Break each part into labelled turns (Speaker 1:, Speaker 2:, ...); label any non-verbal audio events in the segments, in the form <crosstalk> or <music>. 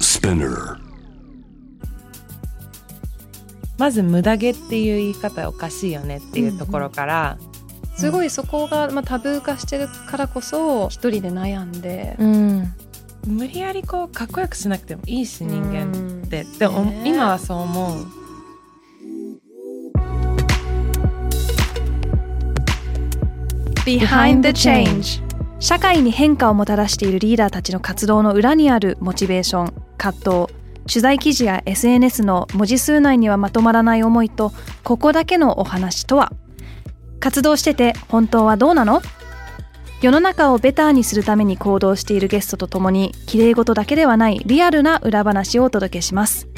Speaker 1: Spinner.
Speaker 2: まず無駄毛っていう言い方おかしいよねっていうところから、
Speaker 3: すごいそこが、まあ、タブー化してるからこそ一人で悩んで、
Speaker 4: うん
Speaker 2: 無理やりこうかっこよくしなくてもいいし人間
Speaker 3: うん
Speaker 2: って、でも
Speaker 3: ね
Speaker 2: 今はそう思う。
Speaker 4: Behind the Change 社会に変化をもたらしているリーダーたちの活動の裏にあるモチベーション葛藤取材記事や SNS の文字数内にはまとまらない思いとここだけのお話とは活動してて本当はどうなの世の中をベターにするために行動しているゲストとともにきれい事だけではないリアルな裏話をお届けします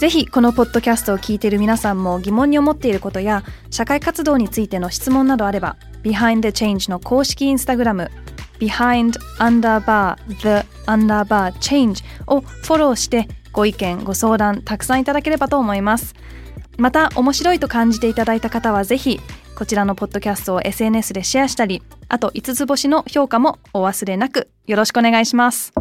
Speaker 4: ぜひこのポッドキャストを聞いている皆さんも疑問に思っていることや社会活動についての質問などあれば Behind the Change の公式インスタグラム Behind underbar the underbar change をフォローしてご意見ご相談たくさんいただければと思いますまた面白いと感じていただいた方はぜひこちらのポッドキャストを SNS でシェアしたりあと5つ星の評価もお忘れなくよろしくお願いします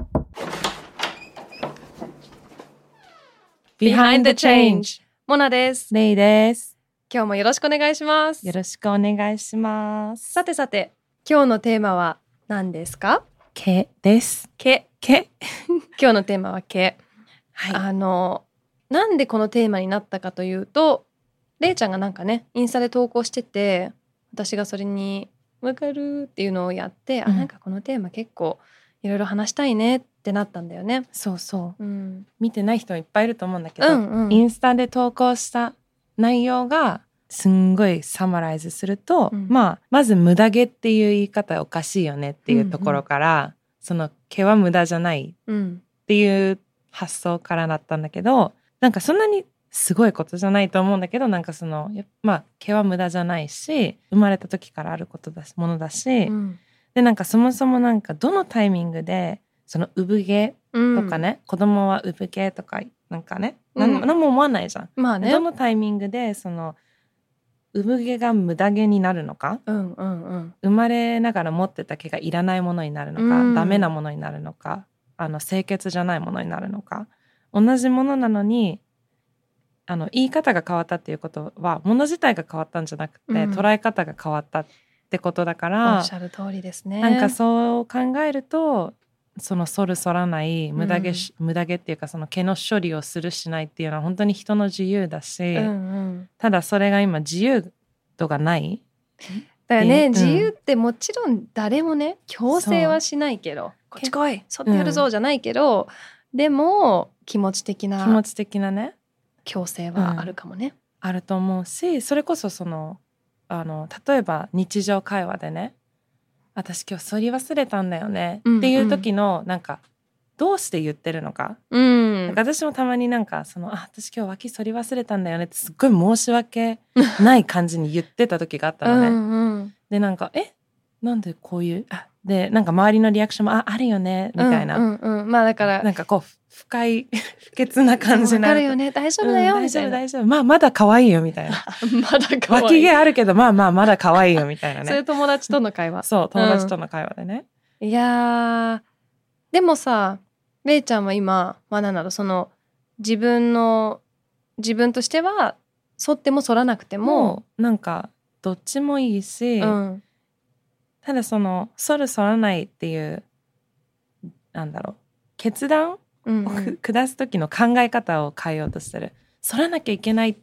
Speaker 4: モナです
Speaker 2: レイです。
Speaker 3: 今日もよろしくお願いします
Speaker 2: よろしくお願いします。
Speaker 3: さてさて今日のテーマは何ですか
Speaker 2: 毛です。
Speaker 3: 毛
Speaker 2: 毛。
Speaker 3: 今日のテーマは毛
Speaker 2: はい。
Speaker 3: あのなんでこのテーマになったかというとれいちゃんがなんかねインスタで投稿してて私がそれに「わかる」っていうのをやって、
Speaker 2: う
Speaker 3: あ
Speaker 2: ん
Speaker 3: なんかこのテーマ結構いろいろ話したいねってなったんだよね。
Speaker 2: そうそう。
Speaker 3: うん、
Speaker 2: 見てない人いっぱいいると思うんだけ
Speaker 3: う
Speaker 2: ど、
Speaker 3: んうん
Speaker 2: インスタで投稿した内容がすんごいサマライズすると、
Speaker 3: うん
Speaker 2: まあまず無駄毛っていう言い方おかしいよねっていうところから、その毛は無駄じゃない
Speaker 3: うん
Speaker 2: っていう発想からなったんだけどなんかそんなにすごいことじゃないと思うんだけどなんかそのやまあ毛は無駄じゃないし生まれた時からあることだしものだし、
Speaker 3: うん
Speaker 2: でなんかそもそもなんかどのタイミングでその産毛
Speaker 3: うん
Speaker 2: とかね、子供は産毛とかなんかね、
Speaker 3: うん
Speaker 2: なん、何も思わないじゃん。
Speaker 3: まあね
Speaker 2: どのタイミングでその産毛が無駄毛になるのか
Speaker 3: うんうんうん
Speaker 2: 生まれながら持ってた毛がいらないものになるのか、
Speaker 3: うん
Speaker 2: ダメなものになるのかあの清潔じゃないものになるのか同じものなのにあの言い方が変わったっていうことはもの自体が変わったんじゃなくて、
Speaker 3: うん
Speaker 2: 捉え方が変わったってことだか
Speaker 3: お
Speaker 2: ら
Speaker 3: っしゃる通りですね。
Speaker 2: なんかそう考えるとその剃る剃らない無駄毛し、無駄毛っていうかその毛の処理をするしないっていうのは本当に人の自由だし、
Speaker 3: うんうん
Speaker 2: ただそれが今自由度がない
Speaker 3: だよ
Speaker 2: え
Speaker 3: ね、
Speaker 2: うん
Speaker 3: 自由ってもちろん誰もね強制はしないけどこっち来いそってやる
Speaker 2: う
Speaker 3: ぞじゃないけど、でも気持ち的
Speaker 2: 気持
Speaker 3: な
Speaker 2: ち的なね
Speaker 3: 強制はあるかもね。
Speaker 2: あると思うしそれこそそのあの例えば日常会話でね「私今日剃り忘れたんだよね」
Speaker 3: うん
Speaker 2: っていう時のなんかどうして言ってるのか
Speaker 3: うん
Speaker 2: なんか私もたまになんかその「あ私今日脇剃り忘れたんだよね」ってすっごい申し訳ない感じに言ってた時があったのね。
Speaker 3: うんうん
Speaker 2: でなんか「えなんでこういうあでなんか周りのリアクションも「ああるよね」みたいな、
Speaker 3: うんうんうんまあだから
Speaker 2: なんかこうふ不快 <laughs> 不潔な感じ
Speaker 3: わ
Speaker 2: にな
Speaker 3: か
Speaker 2: る
Speaker 3: る
Speaker 2: と
Speaker 3: よね大丈
Speaker 2: う
Speaker 3: 夫
Speaker 2: ん
Speaker 3: だよ
Speaker 2: 大
Speaker 3: み
Speaker 2: 丈
Speaker 3: た
Speaker 2: 夫
Speaker 3: いな。
Speaker 2: 大丈夫まあまだ可愛いよみたいな
Speaker 3: まだ <laughs> 可愛い
Speaker 2: 脇毛あるけどまあまあまだ可愛いよみたいな
Speaker 3: そういう
Speaker 2: ね
Speaker 3: 友達との会話。
Speaker 2: そう友達との会話でね、
Speaker 3: いやーでもされいちゃんは今まあなんだろうその自分の自分としては剃っても剃らなくても。
Speaker 2: もうなんかどっちもいいし、
Speaker 3: うん
Speaker 2: ただその剃る剃らないっていうなんだろう決断を
Speaker 3: うんう
Speaker 2: く
Speaker 3: ん
Speaker 2: 下す時の考え方を変えようとしてる剃らなきゃいけない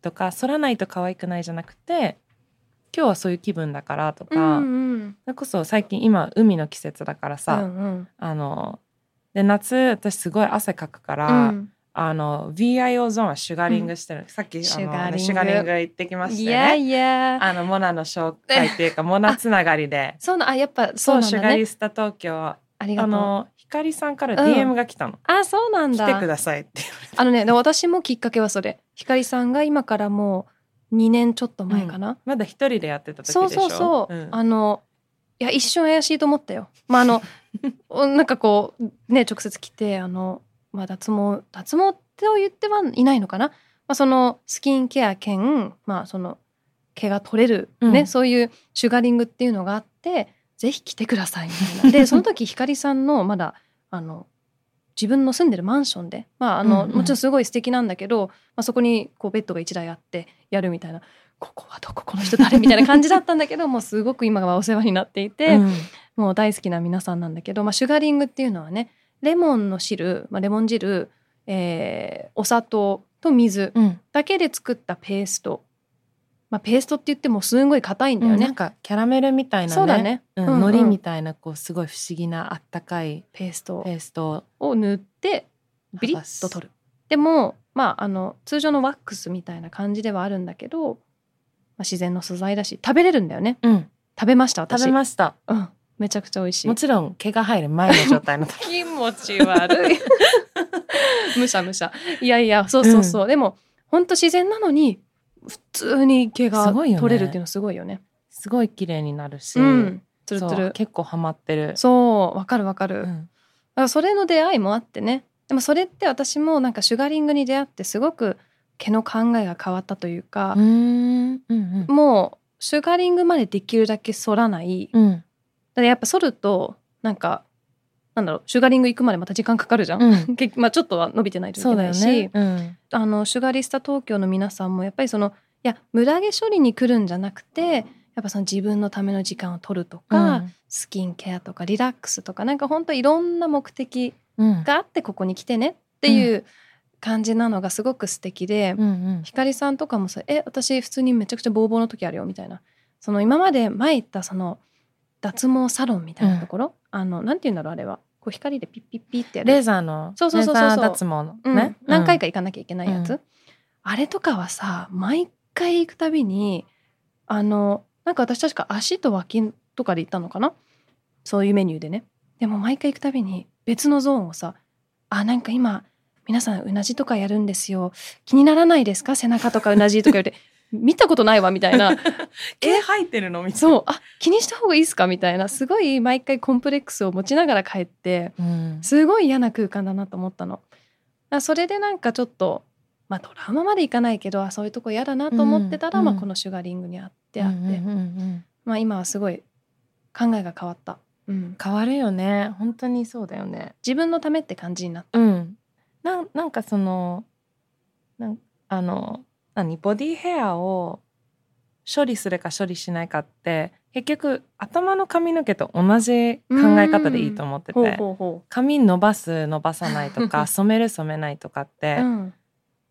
Speaker 2: とか剃らないと可愛くないじゃなくて今日はそういう気分だからと
Speaker 3: う
Speaker 2: か、
Speaker 3: んうん
Speaker 2: それこそ最近今海の季節だからさ、
Speaker 3: うんうん
Speaker 2: あので夏私すごい汗かくから、
Speaker 3: うん
Speaker 2: あの VIO ゾーンはシュガリングしてる、さっきあの
Speaker 3: シュガリング
Speaker 2: シュガリング行ってきまし
Speaker 3: い
Speaker 2: て
Speaker 3: や
Speaker 2: ね
Speaker 3: いや
Speaker 2: あのモナの紹介っていうかモナつながりで
Speaker 3: そうなあやっぱ
Speaker 2: そ、
Speaker 3: <laughs> そううなん
Speaker 2: シュ
Speaker 3: だ
Speaker 2: ガリ
Speaker 3: ね
Speaker 2: スタ東京
Speaker 3: ありが
Speaker 2: あ
Speaker 3: とう
Speaker 2: のひかりさんから
Speaker 3: うん
Speaker 2: DM が来たの、
Speaker 3: あそうなんだ
Speaker 2: 来てくださいって
Speaker 3: あのね、で私もきっかけはそれ。ひかりさんが今からもう2年ちょっと前かな。
Speaker 2: まだ一人でやってた時でし
Speaker 3: そ
Speaker 2: ょ
Speaker 3: うそうそう。
Speaker 2: ん
Speaker 3: あの、いや、一瞬怪しいと思ったよ。まあ、
Speaker 2: <laughs>
Speaker 3: あの、おなんかこう、ね、直接来て、あの、まあ、脱毛、脱毛って言ってはいないのかな。まあ、その、スキンケア兼、まあ、その、毛が取れる、ね、
Speaker 2: うん
Speaker 3: そういうシュガリングっていう
Speaker 2: <laughs>
Speaker 3: のがあって、ぜひ来てくださいみたいな。で、その時、ひかりさんの、まだ、あの、自分の住んでるマンションで、まああの
Speaker 2: うんうん
Speaker 3: もちろんすごい素敵なんだけど、まあ、そこにこうベッドが1台あってやるみたいなここはどここの人誰みたいな感じだったんだ
Speaker 2: <laughs>
Speaker 3: けどもうすごく今はお世話になっていて、
Speaker 2: うん
Speaker 3: もう大好きな皆さんなんだけど、まあ、シュガリングっていうのはねレモンの汁、まあ、レモン汁、えーお砂糖と水
Speaker 2: うん
Speaker 3: だけで作ったペースト、まあ、ペーストって言ってもすんごい硬いんだよね。
Speaker 2: なんかキャラメルみたいなね
Speaker 3: そうだね、
Speaker 2: うん
Speaker 3: うんうん
Speaker 2: 海苔みたいなこうすごい不思議なあったかい
Speaker 3: ペースト
Speaker 2: ペースト
Speaker 3: を塗って
Speaker 2: を
Speaker 3: ビリッと取るでも、まあ、あの通常のワックスみたいな感じではあるんだけど、まあ、自然の素材だし食べれるんだよね
Speaker 2: る、うん、
Speaker 3: 食べました私
Speaker 2: 食べました
Speaker 3: うん、めちゃくちゃ美味しい
Speaker 2: もちろん毛が入る前の状態の <laughs> 時
Speaker 3: 気持ち悪い <laughs> むしゃむしゃいやいやそうそうそう、でもほんと自然なのに普通に毛が
Speaker 2: すごいよね
Speaker 3: 取れるっていうのはすごいよね
Speaker 2: すごい綺麗になるし、
Speaker 3: うんつるつ
Speaker 2: そう
Speaker 3: る
Speaker 2: 結構ハマってる
Speaker 3: そうわかるわかる、
Speaker 2: う
Speaker 3: だか
Speaker 2: ん
Speaker 3: らそれの出会いもあってねでもそれって私もなんかシュガリングに出会ってすごく毛の考えが変わったというか
Speaker 2: う、んうん
Speaker 3: もうシュガリングまでできるだけ剃らない、だか
Speaker 2: うん
Speaker 3: らやっぱ剃るとなんかなんだろうシュガリング行くまでまた時間かかるじゃん、
Speaker 2: うん
Speaker 3: 結まあ、ちょっとは伸びてないとい
Speaker 2: <laughs> そ
Speaker 3: け
Speaker 2: うだ
Speaker 3: な
Speaker 2: よ
Speaker 3: いし、
Speaker 2: <laughs> ね、うん
Speaker 3: あのシュガリスタ東京の皆さんもやっぱりそのいや無駄毛処理に来るんじゃなくてやっぱその自分のための時間を取るとか、スキンケアとかリラックスとかなんかほんといろんな目的
Speaker 2: うん
Speaker 3: があってここに来てねっていう感じなのがすごく素敵で、
Speaker 2: うんうん
Speaker 3: ひかりさんとかもさ「え私普通にめちゃくちゃボーボーの時あるよ」みたいなその今まで前行ったその脱毛サロンみたいなところ、あのなんて言うんだろうあれはこう光でピッピッピッってやる
Speaker 2: レーザーの
Speaker 3: そうそうそうそう
Speaker 2: レーザー脱毛の
Speaker 3: うん
Speaker 2: ね、
Speaker 3: 何回
Speaker 2: か
Speaker 3: か行かなきゃいけないやつ、
Speaker 2: うん
Speaker 3: あれとかはさ毎回行くたびにあのなんか私確か足と脇とかで行ったのかなそういうメニューでねでも毎回行くたびに別のゾーンをさあなんか今皆さんうなじとかやるんですよ気にならないですか背中とかうなじとか言って <laughs> 見たことないわみたいな
Speaker 2: 毛生えてるのみたい
Speaker 3: そうあ気にした方がいいですかみたいなすごい毎回コンプレックスを持ちながら帰って
Speaker 2: な、うん
Speaker 3: すごい嫌な空間だなと思ったの。あそれでなんかちょっと、まあ、トラウマまでいかないけどあそういうとこ嫌だなと思ってたら、
Speaker 2: うん
Speaker 3: まあ、
Speaker 2: うん
Speaker 3: このシュガリングにあってあって、
Speaker 2: うんうんうんうん
Speaker 3: まあ、今はすごい考えが変わった、うん、
Speaker 2: 変わるよね本当にそうだよね
Speaker 3: 自分のためって感じになった。
Speaker 2: うんなんなんかそのなんあの何ボディヘアを処理するか処理しないかって結局頭の髪の毛と同じ考え方でいいと思ってて、
Speaker 3: うほ
Speaker 2: 髪伸ばす伸ばさないと
Speaker 3: <laughs>
Speaker 2: か染める染めないとかって、
Speaker 3: うん、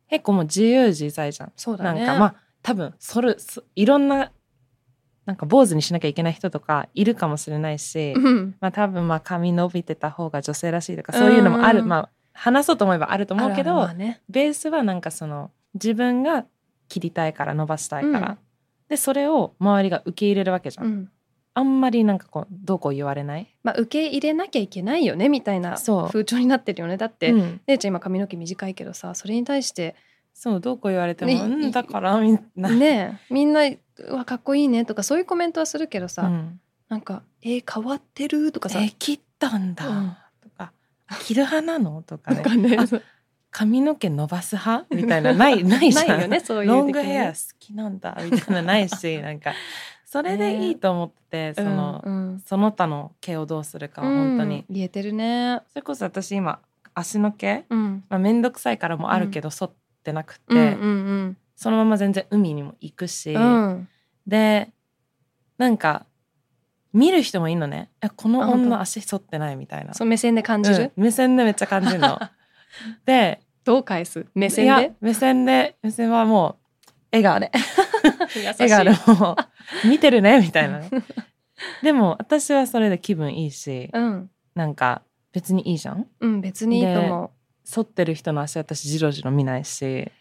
Speaker 2: 結構もう自由自在じゃん。
Speaker 3: そうだ
Speaker 2: なん
Speaker 3: ね
Speaker 2: かまあ多分そるそいろんななんか坊主にしなきゃいけない人とかいるかもしれないし、
Speaker 3: うん
Speaker 2: まあ多分まあ髪伸びてた方が女性らしいとかそういうのもある、
Speaker 3: うんうん
Speaker 2: まあ話そうと思えばあると思うけど
Speaker 3: あるあるまあね
Speaker 2: ベースはなんかその自分が切りたいから伸ばしたいから、
Speaker 3: うん
Speaker 2: でそれを周りが受け入れるわけじゃん、
Speaker 3: うん
Speaker 2: あんまりなんかこうどうこう言われない
Speaker 3: まあ、受け入れなきゃいけないよねみたいな
Speaker 2: そう
Speaker 3: 風潮になってるよねだって、
Speaker 2: うん
Speaker 3: 姉ちゃん今髪の毛短いけどさそれに対して
Speaker 2: そうどうこう言われても、
Speaker 3: ね
Speaker 2: うん
Speaker 3: い
Speaker 2: だからみんな、
Speaker 3: ねえみんな「うわかっこいいね」とかそういうコメントはするけど
Speaker 2: う
Speaker 3: さ、
Speaker 2: ん、
Speaker 3: なんか「えー変わってる」とかさ、
Speaker 2: え切ったんだ、
Speaker 3: うん
Speaker 2: とかあ切る派なのとかね
Speaker 3: なんかね
Speaker 2: あ髪の毛伸ばす派みたいなないないじゃん
Speaker 3: よねそういう
Speaker 2: ロング
Speaker 3: 的に
Speaker 2: ヘア好きなんだみたいなないし
Speaker 3: <laughs>
Speaker 2: なんかそれでいいと思ってて、その、
Speaker 3: うんうん
Speaker 2: その他の毛をどうするかは本当に、
Speaker 3: うん言えてるね
Speaker 2: それこそ私今足の毛、
Speaker 3: うん
Speaker 2: まあ、めんどくさいからもあるけど、剃ってなくて、
Speaker 3: うんうん
Speaker 2: そのまま全然海にも行くし、
Speaker 3: うんうん
Speaker 2: でなんか見る人もいいのねえこの
Speaker 3: あ本当
Speaker 2: 女足剃ってないみたいな
Speaker 3: そう目線で感じる、
Speaker 2: うん目線でめっちゃ感じる
Speaker 3: <laughs>
Speaker 2: ので
Speaker 3: どう返す目
Speaker 2: い
Speaker 3: 線
Speaker 2: や
Speaker 3: で
Speaker 2: 目線で目線はもう笑顔で
Speaker 3: <laughs> 優しい
Speaker 2: 笑顔で <laughs> もう見てるねみたいなねでも私はそれで気分いいし、
Speaker 3: うん
Speaker 2: なんか別にいいじゃん
Speaker 3: うん別にいいと思
Speaker 2: 剃ってる人の足私じろじろ見ないし
Speaker 3: う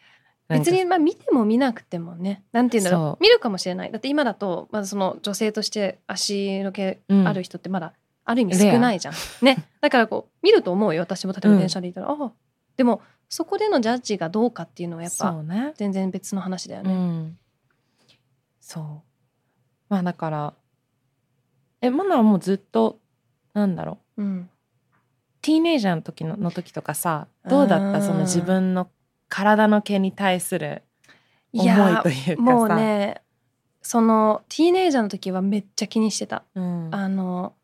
Speaker 3: 別にまあ見ても見なくてもねなんて言うん
Speaker 2: そ
Speaker 3: だろう見るかもしれないだって今だとまずその女性として足の毛
Speaker 2: うん
Speaker 3: ある人ってまだある意味
Speaker 2: レア
Speaker 3: 少ないじゃん、ねだからこう見ると思うよ私も例えば電車でいたら、ああでもそこでのジャッジがどうかっていうのはやっ
Speaker 2: そ
Speaker 3: ぱ
Speaker 2: うね
Speaker 3: 全然別の話だよ
Speaker 2: う
Speaker 3: ね、
Speaker 2: んそうまあだからえマナはもうずっとなんだろう
Speaker 3: うん
Speaker 2: ティーネイジャーの時のの時とかさどうだっ
Speaker 3: う
Speaker 2: た
Speaker 3: ん
Speaker 2: その自分の体の毛に対する思
Speaker 3: いや
Speaker 2: い
Speaker 3: ー
Speaker 2: というかさ
Speaker 3: もうねそのティーネイジャーの時はめっちゃ気にしてた、
Speaker 2: うん
Speaker 3: あの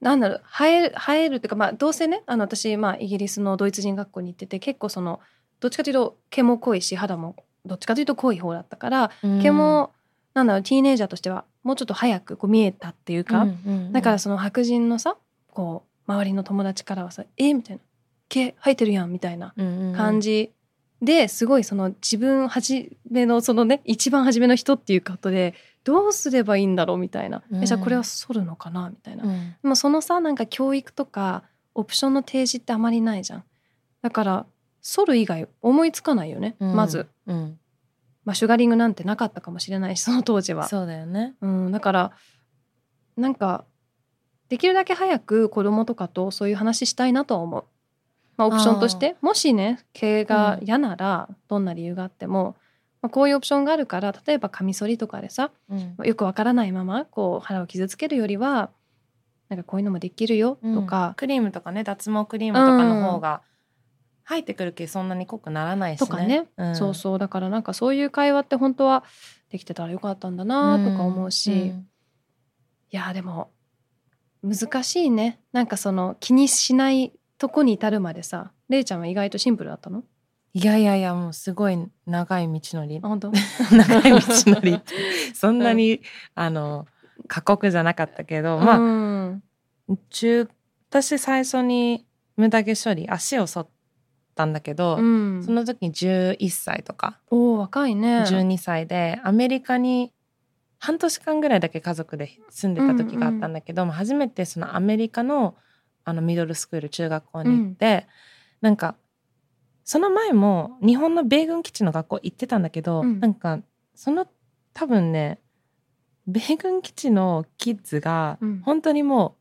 Speaker 3: なんだろう生える生えるっていうか、まあ、どうせねあの私、まあ、イギリスのドイツ人学校に行ってて結構そのどっちかというと毛も濃いし肌もどっちかというと濃い方だったから毛も、なんだろうティーンエイジャーとしてはもうちょっと早くこう見えたっていうか、だからその白人のさこう周りの友達からはさ「えみたいな「毛生えてるやん」みたいな感
Speaker 2: じ
Speaker 3: じですごいその自分初めのそのね一番初めの人っていうことでどうすればいいんだろうみたいな、
Speaker 2: うん
Speaker 3: えじゃあこれは剃るのかなみたいな、でもそのさなんか教育とかオプションの提示ってあまりないじゃんだから剃る以外思いつかないよね、まず、、
Speaker 2: うんうん
Speaker 3: まあ、シュガリングなんてなかったかもしれないしその当時は
Speaker 2: そうだよね。
Speaker 3: うん、だからなんかできるだけ早く子供とかとそういう話したいなとは思う、まあ、オプションとしてもしね経営が嫌ならどんな理由があっても、まあ、こういうオプションがあるから例えばカミソリとかでさ
Speaker 2: うん
Speaker 3: よくわからないままこう腹を傷つけるよりはなんかこういうのもできるよと
Speaker 2: うん
Speaker 3: か、
Speaker 2: クリームとかね脱毛クリームとかの方が入ってくる毛そんなに濃くならないしね。
Speaker 3: とかね、
Speaker 2: うん
Speaker 3: そうそうだからなんかそういう会話って本当はできてたらよかったんだなとか思うし、
Speaker 2: んん
Speaker 3: いやーでも難しいねなんかその気にしないとこに至るまでされいちゃんは意外とシンプルだったの
Speaker 2: いやいやいやもうすごい長い道のり
Speaker 3: あ本 <laughs> 当
Speaker 2: <laughs> 長い道の
Speaker 3: <laughs>
Speaker 2: りってそんなに、あの過酷じゃなかったけど、まあ
Speaker 3: うん
Speaker 2: 中私最初に無駄毛処理足を剃ったんだけど、
Speaker 3: うん
Speaker 2: その時11歳とか
Speaker 3: おお若いね
Speaker 2: 12歳でアメリカに半年間ぐらいだけ家族で住んでた時があったんだけど、まあ初めてそのアメリカのあのミドルスクール中学校に行って、なんかその前も日本の米軍基地の学校行ってたんだけど、
Speaker 3: うん
Speaker 2: なんかその多分ね米軍基地のキッズが
Speaker 3: うん
Speaker 2: 本当にもう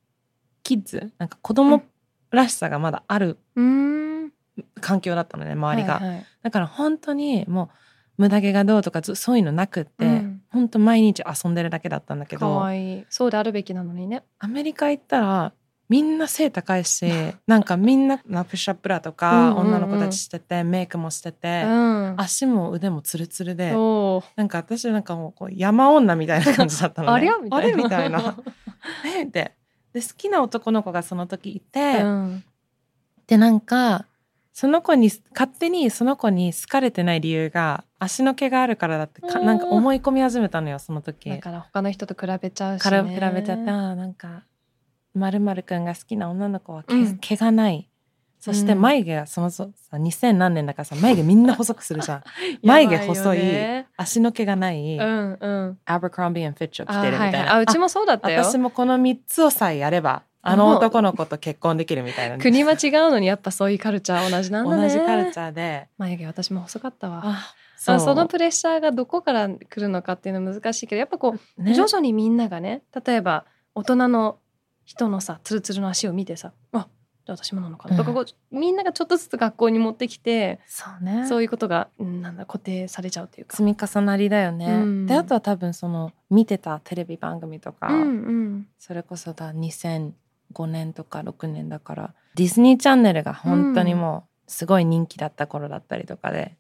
Speaker 2: キッズなんか子供らしさがまだある
Speaker 3: うーん
Speaker 2: 環境だったのね周りが。
Speaker 3: はいはい
Speaker 2: だから本当にもう無駄毛がどうとかずそういうのなくって、
Speaker 3: うん
Speaker 2: 本当毎日遊んでるだけだったんだけ
Speaker 3: か
Speaker 2: ど
Speaker 3: わいいそうであるべきなのにね
Speaker 2: アメリカ行ったらみんな背高いしなんかみんなナプシャプラと
Speaker 3: う
Speaker 2: か
Speaker 3: んうんうん
Speaker 2: 女の子たちしててメイクもして
Speaker 3: う
Speaker 2: て、
Speaker 3: ん
Speaker 2: 足も腕もツルツルで
Speaker 3: お
Speaker 2: なんか私なんかもうこう山女みたいな感じだったのね
Speaker 3: ありゃみた
Speaker 2: <laughs>
Speaker 3: いな
Speaker 2: あれみたいなえってで好きな男の子がその時い
Speaker 3: ー
Speaker 2: て、
Speaker 3: うん
Speaker 2: でなんかその子に勝手にその子に好かれてない理由が足の毛があるからだってか
Speaker 3: うん
Speaker 2: なんか思い込み始めたのよその時
Speaker 3: だから他の人と比べちゃうし
Speaker 2: から
Speaker 3: ね
Speaker 2: 比べちゃってあーなんかまるまるくんが好きな女の子は毛,、
Speaker 3: うん
Speaker 2: 毛がないそして
Speaker 3: うん
Speaker 2: 眉毛がそもそもさ2000何年だからさ眉毛みんな細くす
Speaker 3: <laughs>
Speaker 2: るじゃん眉毛細い
Speaker 3: やばよね
Speaker 2: 足の毛がない、
Speaker 3: うんうん
Speaker 2: アブクロンビーフィッチを着
Speaker 3: あ
Speaker 2: てるみたい
Speaker 3: はいはい
Speaker 2: な、
Speaker 3: あうちもそうだったよ
Speaker 2: あ私もこの3つをさえやればあの男の子と結婚できるみたいな
Speaker 3: 国は違うのにやっぱそういうカルチャー同じなんだね
Speaker 2: 同じカルチャーで
Speaker 3: 眉毛私も細かったわ
Speaker 2: あ
Speaker 3: そそのプレッシャーがどこから来るのかっていうのは難しいけどやっぱこう、
Speaker 2: ね
Speaker 3: 徐々にみんながね例えば大人の人のさツルツルの足を見てさあじゃあ私もなのかな、とか
Speaker 2: うん
Speaker 3: こうみんながちょっとずつ学校に持ってきて
Speaker 2: そうね
Speaker 3: そういうことがうんなんだ固定されちゃうというか。
Speaker 2: 積み重なりだよね、
Speaker 3: うん
Speaker 2: であとは多分その見てたテレビ番組とか、
Speaker 3: うんうん
Speaker 2: それこそだ2005年とか6年だからディズニーチャンネルが本当にもうすごい人気だった頃だったりとかで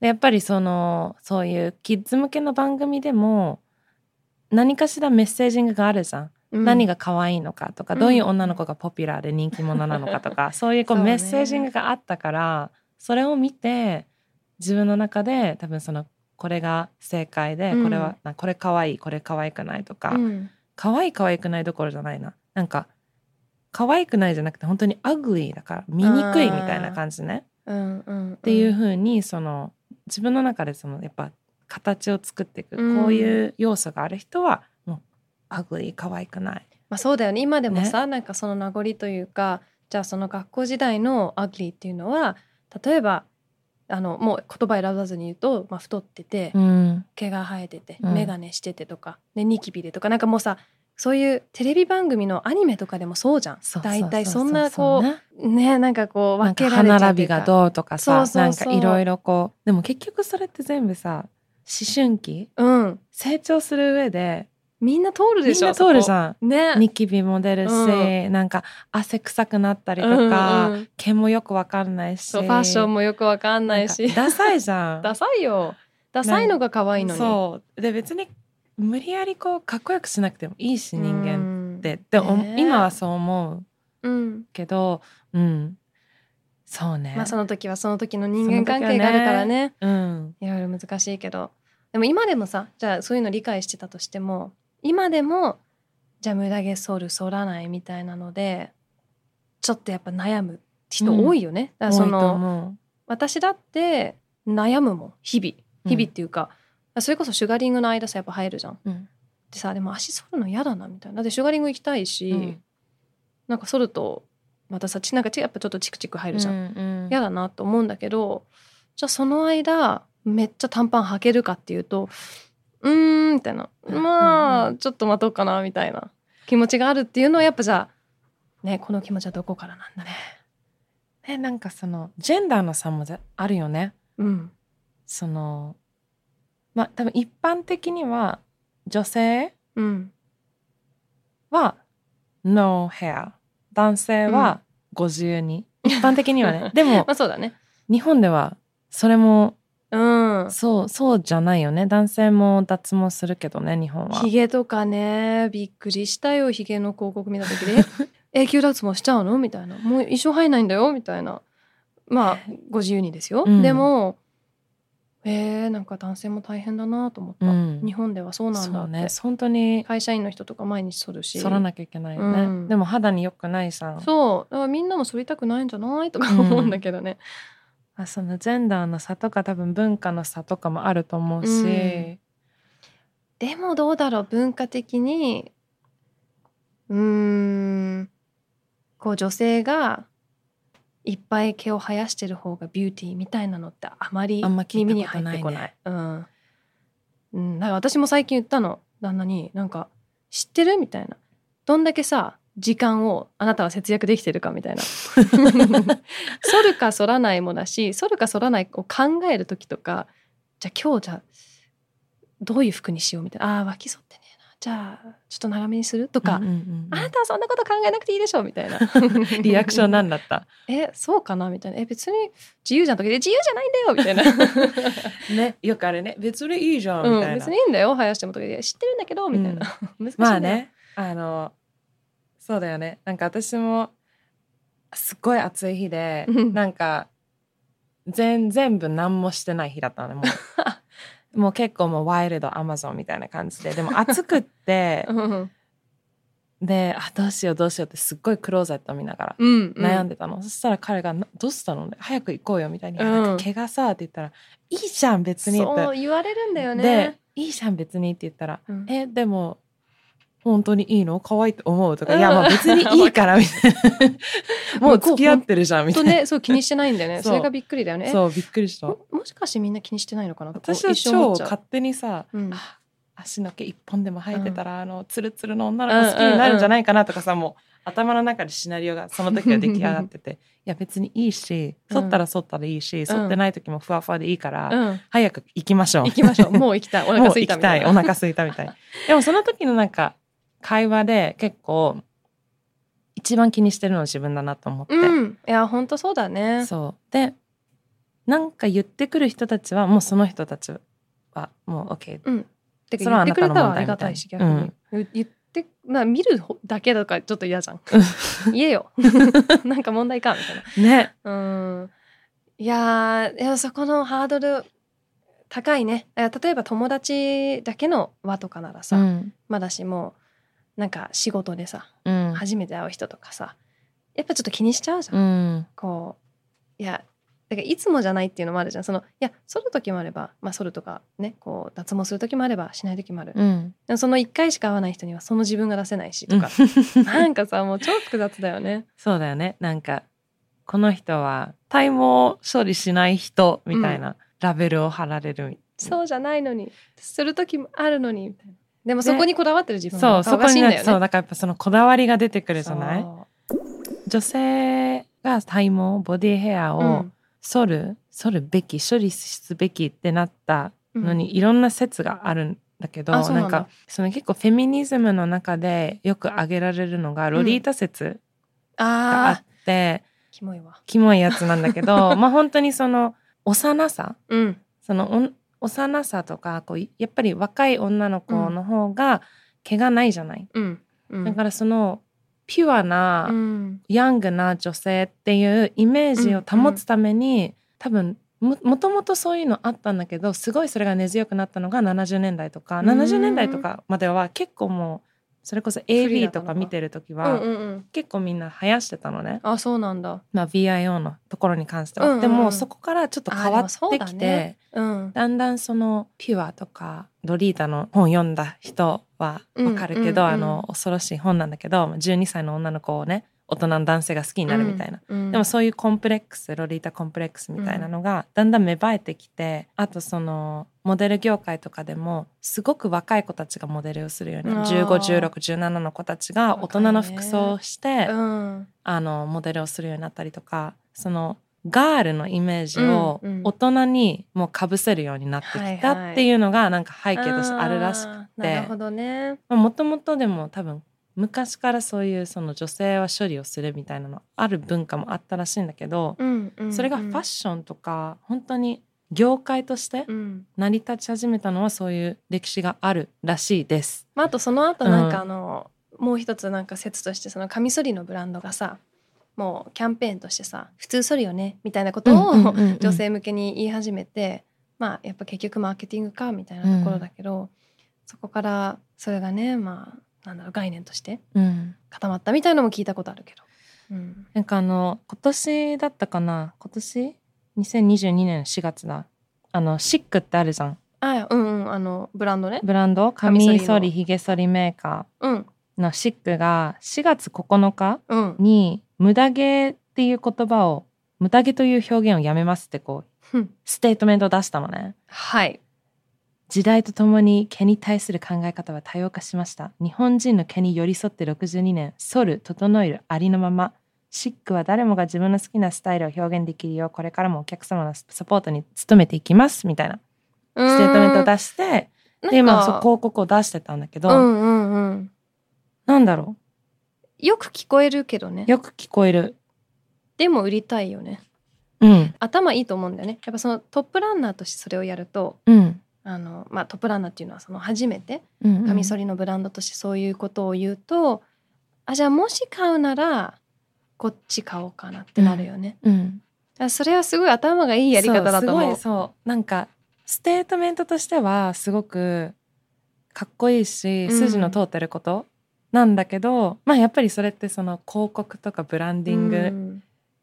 Speaker 2: でやっぱりそのそういうキッズ向けの番組でも何かしらメッセージングがあるじゃん、
Speaker 3: うん
Speaker 2: 何が可愛いのかとか、
Speaker 3: うん
Speaker 2: どういう女の子がポピュラーで人気者なのかと
Speaker 3: <laughs>
Speaker 2: かそういうこう
Speaker 3: そうね
Speaker 2: メッセージングがあったからそれを見て自分の中で多分そのこれが正解で、
Speaker 3: うん
Speaker 2: これはなこれ可愛いこれ可愛くないとか、
Speaker 3: うん
Speaker 2: 可愛い可愛くないどころじゃないななんか可愛くないじゃなくて本当にアグリーだから見にくいみたいな感じね
Speaker 3: うんうんっ
Speaker 2: っていう風にその自分の中でそのやっぱ形を作っていく、
Speaker 3: うん
Speaker 2: こういう要素がある人はもうアグリー可愛くない
Speaker 3: まあ、そうだよね今でもさ、なんかその名残というかじゃあその学校時代のアグリーっていうのは例えばあのもう言葉選ばずに言うと、まあ、太ってて、
Speaker 2: うん
Speaker 3: 毛が生えてて
Speaker 2: うん
Speaker 3: 眼鏡しててとか、でニキビでとかなんかもうさそういうテレビ番組のアニメとかでもそうじゃん
Speaker 2: そうそうそう
Speaker 3: 大体そんなこ
Speaker 2: そうね
Speaker 3: うねなんかこう
Speaker 2: な
Speaker 3: 分
Speaker 2: んか
Speaker 3: けられちゃ
Speaker 2: 歯
Speaker 3: う
Speaker 2: 並びが
Speaker 3: う
Speaker 2: どうとかさ
Speaker 3: そうそうそう
Speaker 2: なんかいろいろこうでも結局それって全部さ思春期
Speaker 3: うん
Speaker 2: 成長する上で
Speaker 3: みんな通るで
Speaker 2: みん
Speaker 3: しょ
Speaker 2: な通るじ
Speaker 3: ん
Speaker 2: ゃん
Speaker 3: ね
Speaker 2: ニキビも出るし、
Speaker 3: う
Speaker 2: なんか汗臭くなったりとか、
Speaker 3: うんうん
Speaker 2: 毛もよくわかんないし
Speaker 3: そうファッション
Speaker 2: も
Speaker 3: もよくわかんないし
Speaker 2: ダサいじゃん
Speaker 3: <laughs> ダサいよダサいのが可愛いのに
Speaker 2: そうで別に無理やりこうかっこよくしなくてもいいし人間っって、ってお
Speaker 3: ねえ
Speaker 2: 今はそう思う
Speaker 3: うん
Speaker 2: けどうんそうね、
Speaker 3: まあその時はその時の人間関係があるからね
Speaker 2: うん
Speaker 3: いろいろ難しいけどでも今でもさじゃあそういうの理解してたとしても今でもじゃあ無駄毛剃る剃らないみたいなのでちょっとやっぱ悩む人多いよね、だからそ
Speaker 2: 多いと
Speaker 3: の
Speaker 2: 思
Speaker 3: 私だって悩むもん日々
Speaker 2: うん
Speaker 3: 日々っていうか、それこそシュガリングの間さやっぱ入るじゃん
Speaker 2: う、うん
Speaker 3: でさでも足剃るの嫌だなみたいなだってシュガリング行きたいし、
Speaker 2: うん
Speaker 3: なんか剃るとまたさちなんかちやっぱちょっとチクチク入るじゃん、
Speaker 2: うんうん
Speaker 3: 嫌だなと思うんだけどじゃあその間めっちゃ短パン履けるかっていうとうーんみたいな
Speaker 2: う
Speaker 3: まあ
Speaker 2: ん
Speaker 3: ちょっと待とうかなみたいな気持ちがあるっていうのはやっぱじゃあねこの気持ちはどこからなんだね。
Speaker 2: ねなんかそのジェンダーの差もぜあるよね
Speaker 3: うん
Speaker 2: そのまあ多分一般的には女性
Speaker 3: うん
Speaker 2: は no hair 男性は52、一般的には
Speaker 3: <laughs>
Speaker 2: ねでも
Speaker 3: まあそうだね。
Speaker 2: 日本ではそれも
Speaker 3: うん。
Speaker 2: そうそうじゃないよね男性も脱毛するけどね日本は
Speaker 3: ヒゲとかねびっくりしたよヒゲの広告見た時で <laughs> え永久脱毛しちゃうのみたいなもう一生生えないんだよみたいなまあご自由にですよ、
Speaker 2: うん
Speaker 3: でもえー、なんか男性も大変だなと思った、
Speaker 2: うん
Speaker 3: 日本ではそうなんだ
Speaker 2: そ
Speaker 3: っ
Speaker 2: う
Speaker 3: て、
Speaker 2: ね本当に
Speaker 3: 会社員の人とか毎日剃るし
Speaker 2: 剃らなきゃいけないよね、
Speaker 3: うん
Speaker 2: でも肌に良くないさ
Speaker 3: そうだからみんなも剃りたくないんじゃないとか思うんだけどね、
Speaker 2: あそのジェンダーの差とか多分文化の差とかもあると思うし、
Speaker 3: うんでもどうだろう文化的にうーんこう女性がいっぱい毛を生やしてる方がビューティーみたいなのってあまり
Speaker 2: あんま聞い
Speaker 3: 耳
Speaker 2: たこと
Speaker 3: に入っ
Speaker 2: な
Speaker 3: て
Speaker 2: いね
Speaker 3: こない。うんうん、だから私も最近言ったの旦那になんか「知ってる?」みたいな「どんだけさ時間をあなたは節約できてるか」みたいな剃るか剃らないもだし剃るか剃らないを考える時とかじゃあ今日じゃあどういう服にしようみたいな「ああー脇剃ってねえなじゃあちょっと長めにする?」とか、
Speaker 2: うんうんうん
Speaker 3: あなたはそんなこと考えなくていいでしょ」みたいな
Speaker 2: <laughs> リアクションなんだった
Speaker 3: <laughs> えそうかなみたいな「え別に自由じゃん」とか言って「自由じゃないんだよ」みたいな。
Speaker 2: <laughs> ねよくあれね別にいいじゃんみ
Speaker 3: う
Speaker 2: たいな、
Speaker 3: ん、別にいいんだよ生やしてもとかで知ってるんだけどみたいな、 <laughs> 難しいんだよ
Speaker 2: まあねあのそうだよねなんか私もすっごい暑い日で、
Speaker 3: うん
Speaker 2: なんか全全部何もしてない日だったのねも <laughs> うもう結構もうワイルドアマゾンみたいな感じででも暑く <laughs> って
Speaker 3: うん、
Speaker 2: であどうしようどうしようってすっごいクローゼット見ながら
Speaker 3: うん、
Speaker 2: 悩ん
Speaker 3: で
Speaker 2: でたの、そしたら彼がな「どうしたの?」早く行こうよ」みたいに「
Speaker 3: うん
Speaker 2: なんか毛がさ」って言ったら「いいじゃん別に」って
Speaker 3: そう言われるんだよ
Speaker 2: で
Speaker 3: ね
Speaker 2: 「いいじゃん別に」って言ったら
Speaker 3: う
Speaker 2: 「
Speaker 3: ん
Speaker 2: えでも本当にいいの可愛いと思う」とか「
Speaker 3: うん
Speaker 2: いやまあ別にいいから」み
Speaker 3: <laughs>
Speaker 2: たいな「もう付き合ってるじゃん」みた
Speaker 3: と
Speaker 2: いな、
Speaker 3: ねそう気にしてないんだよね
Speaker 2: <laughs> そ
Speaker 3: そうれがびっくりだよねえ
Speaker 2: そうびっくりした
Speaker 3: ももしかしてみんな気にしてないのかなとか
Speaker 2: 私は
Speaker 3: 一生思
Speaker 2: 超
Speaker 3: っちゃう
Speaker 2: 勝手にさ、
Speaker 3: うん
Speaker 2: あ足の毛一本でも生えてたら、あのツルツルの女の子好きになるんじゃないかなとかさ、もう頭の中でシナリオがその時は出来上がってていや別にいいし
Speaker 3: うん
Speaker 2: 剃ったら剃ったでいいし、剃ってない時もふわふわでいいから、
Speaker 3: うん、
Speaker 2: 早く行きましょう
Speaker 3: 行きま
Speaker 2: <laughs>
Speaker 3: しょうもう行きたい
Speaker 2: も
Speaker 3: お腹
Speaker 2: う
Speaker 3: すい
Speaker 2: 行
Speaker 3: た
Speaker 2: き
Speaker 3: みた
Speaker 2: たい
Speaker 3: い
Speaker 2: お
Speaker 3: な
Speaker 2: 腹すいたみ
Speaker 3: <laughs>
Speaker 2: たいでもその時のなんか会話で結構一番気にしてるの自分だなと思って、
Speaker 3: うんいや本当そうだね
Speaker 2: そうでなんか言ってくる人たちはもうその人たちはもう OK
Speaker 3: てか
Speaker 2: それは
Speaker 3: 言
Speaker 2: あ
Speaker 3: って
Speaker 2: なたの
Speaker 3: くれた
Speaker 2: 問題
Speaker 3: らありがたいし
Speaker 2: み
Speaker 3: 逆
Speaker 2: たいな
Speaker 3: に、言ってまあ見るだけだからちょっと嫌じゃん
Speaker 2: <laughs>
Speaker 3: 言えよ <laughs> なんか問題かみたいな
Speaker 2: ね
Speaker 3: うんいやーいやそこのハードル高いねいや例えば友達だけの輪とかならさ、
Speaker 2: うん
Speaker 3: まだしもなんか仕事でさ
Speaker 2: うん
Speaker 3: 初めて会う人とかさやっぱちょっと気にしちゃうじゃん、
Speaker 2: うん
Speaker 3: こういやだからいつもじゃないっていうのもあるじゃんそのいや剃る時もあれば、まあ、剃るとかねこう脱毛する時もあればしない時もある、
Speaker 2: うん
Speaker 3: でもその1回しか会わない人にはその自分が出せないしとか、
Speaker 2: <laughs>
Speaker 3: なんかさもう超複雑だよね。
Speaker 2: そうだよねなんかこの人は体毛処理しない人みたいなラベルを貼られる、
Speaker 3: そうじゃないのにする時もあるのにみたいなでもそこにこだわってる自分
Speaker 2: そ
Speaker 3: が
Speaker 2: う
Speaker 3: バカ
Speaker 2: そ
Speaker 3: バカ
Speaker 2: こ
Speaker 3: し
Speaker 2: に
Speaker 3: いん
Speaker 2: なっ
Speaker 3: だ
Speaker 2: て
Speaker 3: よね。
Speaker 2: そうだからやっぱそのこだわりが出てくるじゃない
Speaker 3: そ
Speaker 2: 女性が体毛ボディヘア
Speaker 3: うう
Speaker 2: を
Speaker 3: ん
Speaker 2: 剃る、剃るべき処理すべきってなった
Speaker 3: うん
Speaker 2: のにいろんな説があるんだけど、
Speaker 3: あそう
Speaker 2: な
Speaker 3: なんんだ
Speaker 2: かその結構フェミニズムの中でよく挙げられるのがロリータ説があ
Speaker 3: あ
Speaker 2: っ
Speaker 3: ー
Speaker 2: て、
Speaker 3: キモいわ。
Speaker 2: キモいやつなんだけど
Speaker 3: <laughs>
Speaker 2: まあ本当にその幼さ
Speaker 3: うん
Speaker 2: そのおん幼さとかこうやっぱり若い女の子の方が毛がないじゃない。
Speaker 3: うんうん
Speaker 2: だからそのピュアな、
Speaker 3: うん
Speaker 2: ヤングな女性っていうイメージを保つために、多分ももともとそういうのあったんだけどすごいそれが根強くなったのが70年代とか
Speaker 3: うん
Speaker 2: 70年代とかまでは結構もうそれこそ
Speaker 3: フリーだ
Speaker 2: AV
Speaker 3: った
Speaker 2: と
Speaker 3: のか
Speaker 2: か見てる時
Speaker 3: うん
Speaker 2: は
Speaker 3: うんうん
Speaker 2: 結構みんな生やしてたのね、
Speaker 3: あそうなんだ
Speaker 2: まあ、VIO のところに関して
Speaker 3: うん
Speaker 2: は。
Speaker 3: うん
Speaker 2: でもそこからちょっと変わ
Speaker 3: あ
Speaker 2: って
Speaker 3: でもそ
Speaker 2: き
Speaker 3: うだ
Speaker 2: て。
Speaker 3: ねうん
Speaker 2: だんだんそのピュアとかロリータの本読んだ人はわかるけど、
Speaker 3: うんうんうん
Speaker 2: あの恐ろしい本なんだけど12歳の女の子をね大人の男性が好きになるみたいな、
Speaker 3: うんうん
Speaker 2: でもそういうコンプレックスロリータコンプレックスみたいなのがだんだん芽生えてきて、あとそのモデル業界とかでもすごく若い子たちがモデルをするよね
Speaker 3: あー
Speaker 2: 151617の子たちが大人の服装をして、
Speaker 3: うん
Speaker 2: あのモデルをするようになったりとかそのガールのイメージを
Speaker 3: うんうん
Speaker 2: 大人にもうかぶせるようになってき
Speaker 3: はいは
Speaker 2: た
Speaker 3: い
Speaker 2: っていうのがなんか背景としてあるらし
Speaker 3: あ
Speaker 2: く
Speaker 3: ーな
Speaker 2: て
Speaker 3: るほどね
Speaker 2: まあもともとでも多分昔からそういうその女性は処理をするみたいなのある文化もあったらしいんだけど、
Speaker 3: うんうん
Speaker 2: それがファッションとか本当に業界として
Speaker 3: うん
Speaker 2: 成り立ち始めたのはそういう歴史があるらしいです。
Speaker 3: まああとその後なんかあのもう一つなんか説としてそのカミソリのブランドがさもうキャンペーンとしてさ普通ソリよねみたいなことを
Speaker 2: うんうんうんうん
Speaker 3: 女性向けに言い始めてまあやっぱ結局マーケティングかみたいなところだけど、そこからそれがねまあなんだろう概念として
Speaker 2: うん
Speaker 3: 固まったみたいのも聞いたことあるけど。うん
Speaker 2: なんかあの今年だったかな今年2022年4月だあのシックってあるじゃん
Speaker 3: あうんうんあのブランドね。
Speaker 2: ブランド
Speaker 3: カミソリの
Speaker 2: 髪剃りひげ剃りメーカ
Speaker 3: うん
Speaker 2: ーのシックが4月9日
Speaker 3: うん。
Speaker 2: に「無駄毛」っていう言葉を「無駄毛」という表現をやめますってこう
Speaker 3: ふん
Speaker 2: ステートメントを出したのね。
Speaker 3: はい。
Speaker 2: 時代とともに毛に対する考え方は多様化しました日本人の毛に寄り添って62年剃る整えるありのままシックは誰もが自分の好きなスタイルを表現できるようこれからもお客様のサポートに努めていきますみたいなステートメントを出して
Speaker 3: うん
Speaker 2: で今
Speaker 3: なん
Speaker 2: そう
Speaker 3: か
Speaker 2: 広告を出してたんだけど、
Speaker 3: うんうんうん。
Speaker 2: なんだろ
Speaker 3: よく聞こえるけどね
Speaker 2: う。よく聞こえる
Speaker 3: でも売りたいよね。
Speaker 2: うん
Speaker 3: 頭いいと思うんだよね。やっぱそのトップランナーとしてそれをやると
Speaker 2: うん
Speaker 3: あの、まあ、トップランナーっていうのはその初めて
Speaker 2: うん
Speaker 3: カミソ
Speaker 2: リ
Speaker 3: リのブランドとしてそういうことを言うと、あじゃあもし買うならこっち買おうかなってなるよね。
Speaker 2: うん
Speaker 3: だからそれはすごい頭がいいやり方だと思
Speaker 2: そ
Speaker 3: う。
Speaker 2: うすごいそうなんかステートメントとしてはすごくかっこいいし
Speaker 3: うん
Speaker 2: 筋の通ってることなんだけど、まあやっぱりそれってその広告とかブランディン
Speaker 3: う
Speaker 2: グ
Speaker 3: ん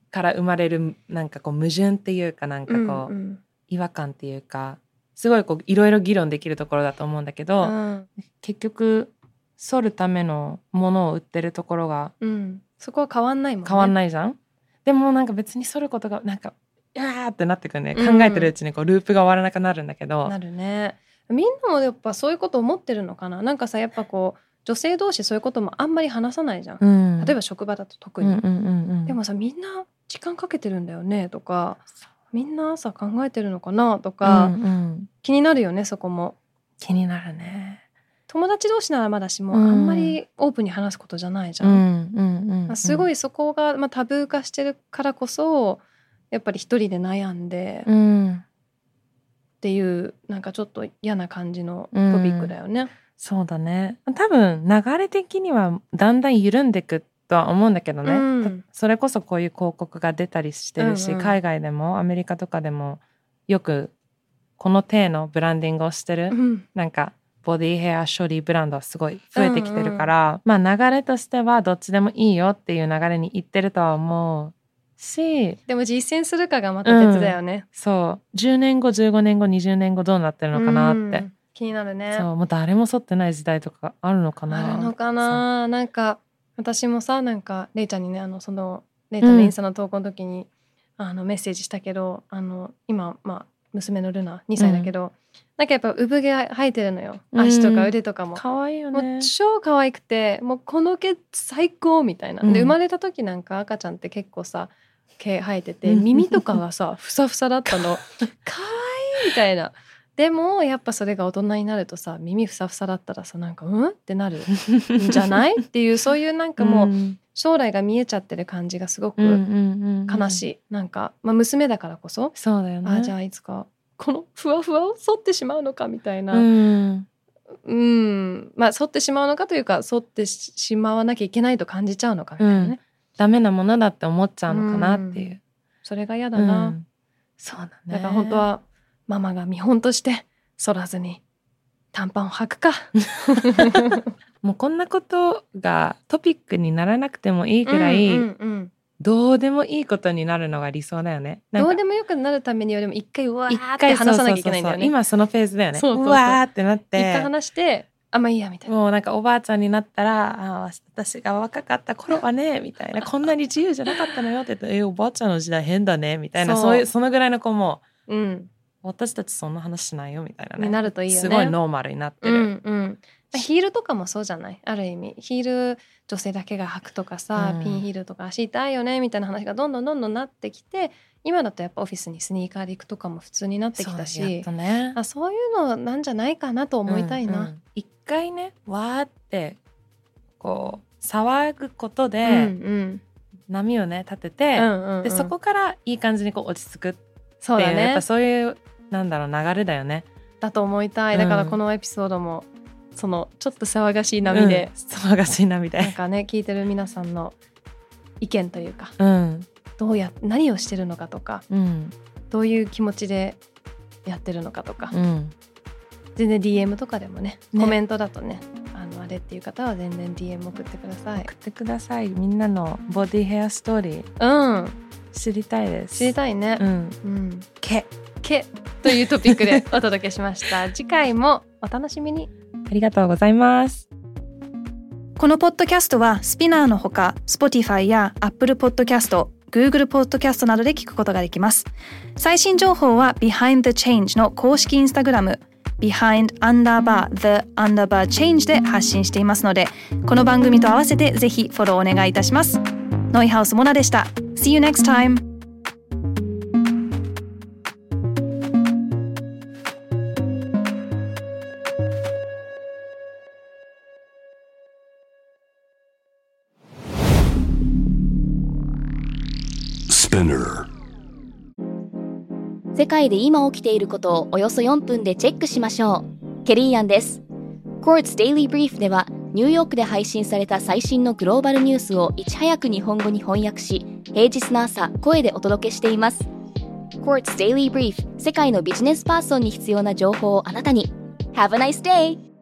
Speaker 2: から生まれるなんかこう矛盾っていうかなんかこう、
Speaker 3: うんうん
Speaker 2: 違和感っていうかすごいこういろいろ議論できるところだと思うんだけど、
Speaker 3: うん
Speaker 2: 結局剃るためのものを売ってるところが
Speaker 3: うんそこは変わんないもんね。
Speaker 2: 変わん
Speaker 3: い。
Speaker 2: ないじゃん、でもなんか別に剃ることがなんかいやーってなってくるね、
Speaker 3: うん
Speaker 2: 考えてるうちにこうループが終わらなくなるんだけど
Speaker 3: なるね。みんなもやっぱそういうこと思ってるのかな。なんかさやっぱこう女性同士そういうこともあんまり話さないじゃん。
Speaker 2: うん
Speaker 3: 例えば職場だと特
Speaker 2: うん
Speaker 3: に。
Speaker 2: うんうんうん、
Speaker 3: でもさみんな時間かけてるんだよねとかみんな朝考えてるのかなとか、
Speaker 2: うんうん
Speaker 3: 気になるよねそこも
Speaker 2: 気になるね。
Speaker 3: 友達同士ならまだしも、
Speaker 2: うん
Speaker 3: あんまりオープンに話すことじゃないじゃ、
Speaker 2: うんんうんうん
Speaker 3: まあすご
Speaker 2: い、
Speaker 3: いそこが、まあ、タブー化してるからこそやっぱり一人で悩んでっ
Speaker 2: うん、
Speaker 3: ていう、なんかちょっと嫌な感じのトピックだよね。
Speaker 2: そうだね多分流れ的にはだんだん緩んでくとは思うんだけどね、
Speaker 3: うん
Speaker 2: それこそこういう広告が出たりしてるし、
Speaker 3: うんうん
Speaker 2: 海外でもアメリカとかでもよくこの体のブランディングをしてる、
Speaker 3: うん
Speaker 2: なんかボディヘア処理ブランドはすごい増えてきてるから、まあ流れとしてはどっちでもいいよっていう流れにいってるとは思うし
Speaker 3: でも実践するかがまた別だよね。
Speaker 2: そう10年後15年後20年後どうなってるのかなって、
Speaker 3: うん気になるね。
Speaker 2: そうもう誰も剃ってない時代とかあるのかな
Speaker 3: あるのかななんか私もさなんかレイちゃんにねあのそのレイちゃんのインスタの投稿の時に、あのメッセージしたけどあの今、まあ、娘のルナ2歳だけど、なんかやっぱ産毛生えてるのよ
Speaker 2: うん
Speaker 3: 足とか腕とかも。
Speaker 2: 可愛いよ
Speaker 3: も
Speaker 2: ね
Speaker 3: う超可愛くてもうこの毛最高みたいな、
Speaker 2: うん
Speaker 3: で生まれた時なんか赤ちゃんって結構さ毛生えてて
Speaker 2: うん
Speaker 3: 耳とかが
Speaker 2: <laughs>
Speaker 3: さふさふさだったの可愛いみたいなでもやっぱそれが大人になるとさ耳ふさふさだったらさなんかうんってなるんじゃ
Speaker 2: い
Speaker 3: ないっていうそういうなんかもう
Speaker 2: <laughs> う
Speaker 3: 将来が見えちゃってる感じがすご
Speaker 2: んうん
Speaker 3: く
Speaker 2: うんうん
Speaker 3: 悲しい、なんか、まあ、娘だからこそ、
Speaker 2: そうだよね
Speaker 3: ああじゃあいつかこのふわふわを剃ってしまうのかみたいな、
Speaker 2: うん
Speaker 3: うんまあ剃ってしまうのかというか剃ってししまわなきゃいけないと感じちゃうのかみたいなね、
Speaker 2: うんダメなものだって思っちゃうのかなっていう。
Speaker 3: それが嫌
Speaker 2: う
Speaker 3: だ
Speaker 2: ん
Speaker 3: な、
Speaker 2: そうだね。
Speaker 3: だから本当はママが見本として剃らずに短パンを履くか
Speaker 2: もうこんなことがトピックにならなくてもいいくらい、
Speaker 3: うんうんうん
Speaker 2: どうでもいいことになるのが理想だよね。なん
Speaker 3: ど
Speaker 2: か
Speaker 3: うでもよくなるためによりも一回うわ
Speaker 2: 一
Speaker 3: ーって
Speaker 2: 回
Speaker 3: 話さなきゃいけないんだ
Speaker 2: そうそうそう
Speaker 3: よね
Speaker 2: そう今そのフェーズだよね。
Speaker 3: そうそうそう
Speaker 2: わーってなって。
Speaker 3: 一回話してあまあいいやみたいな
Speaker 2: もうなんかおばあちゃんになったら「あー私が若かった頃はね」みたいな「こんなに自由じゃなかったのよ」って言って「えおばあちゃんの時代変だね」みたいな
Speaker 3: そ
Speaker 2: そうういうそのぐらいの子も
Speaker 3: うん
Speaker 2: 私たちそんな話しないよみたいなね
Speaker 3: になるといいよね
Speaker 2: すごいノーマルになって
Speaker 3: う
Speaker 2: る、
Speaker 3: んうんまあヒールとかもそうじゃないある意味ヒール女性だけが履くとかさ、
Speaker 2: うん
Speaker 3: ピンヒールとか足痛いよねみたいな話がどんどんどんどんなってきて今だとやっぱオフィスにスニーカーで行くとかも普通になってきた
Speaker 2: そうや
Speaker 3: し
Speaker 2: っとね
Speaker 3: あそういうのなんじゃないかなと思いたい
Speaker 2: うんう
Speaker 3: な。
Speaker 2: ん一回ねわーってこう騒ぐこと
Speaker 3: う
Speaker 2: で、
Speaker 3: んうん
Speaker 2: 波をね立てて、
Speaker 3: うんうんうん
Speaker 2: でそこからいい感じにこう落ち着くっていう
Speaker 3: そう
Speaker 2: や
Speaker 3: だ
Speaker 2: っ
Speaker 3: ね
Speaker 2: ぱそういうなんだろう流れだよね。
Speaker 3: だと思いたいだから
Speaker 2: うん
Speaker 3: このエピソードもそのちょっと騒がしい波で
Speaker 2: うん、、騒がしい波
Speaker 3: なん
Speaker 2: で。
Speaker 3: かね聞いてる皆さんの意見というか
Speaker 2: うん、
Speaker 3: どうや何をしてるのかとか
Speaker 2: うん、
Speaker 3: どういう気持ちでやってるのかとか、
Speaker 2: うん。
Speaker 3: 全然 DM とかでもね
Speaker 2: ね
Speaker 3: コメントだとねあのあれっていう方は全然 DM 送ってください
Speaker 2: 送ってください。みんなのボディヘアストーリー
Speaker 3: うん
Speaker 2: 知りたいです。
Speaker 3: 知りたいね
Speaker 2: うん。
Speaker 3: うん
Speaker 2: け。
Speaker 3: けというトピックでお届けしました次回もお楽しみに
Speaker 2: ありがとうございます。
Speaker 4: このポッドキャストはスピナーのほか Spotify や Apple Podcast、Google Podcast などで聞くことができます。最新情報は Behind the Change の公式 Instagram Behind Underbar The Underbar Change で発信していますのでこの番組と合わせてぜひフォローお願いいたします。ノイハウスモナでした。See you next time!
Speaker 1: Spinner.
Speaker 5: 世界で今起きていることをおよそ4分でチェックしましょう。ケリーアンです。Quartz Daily Brief では、ニューヨークで配信された最新のグローバルニュースをいち早く日本語に翻訳し、平日の朝、声でお届けしています。Quartz Daily Brief 世界のビジネスパーソンに必要な情報をあなたに。Have a nice day!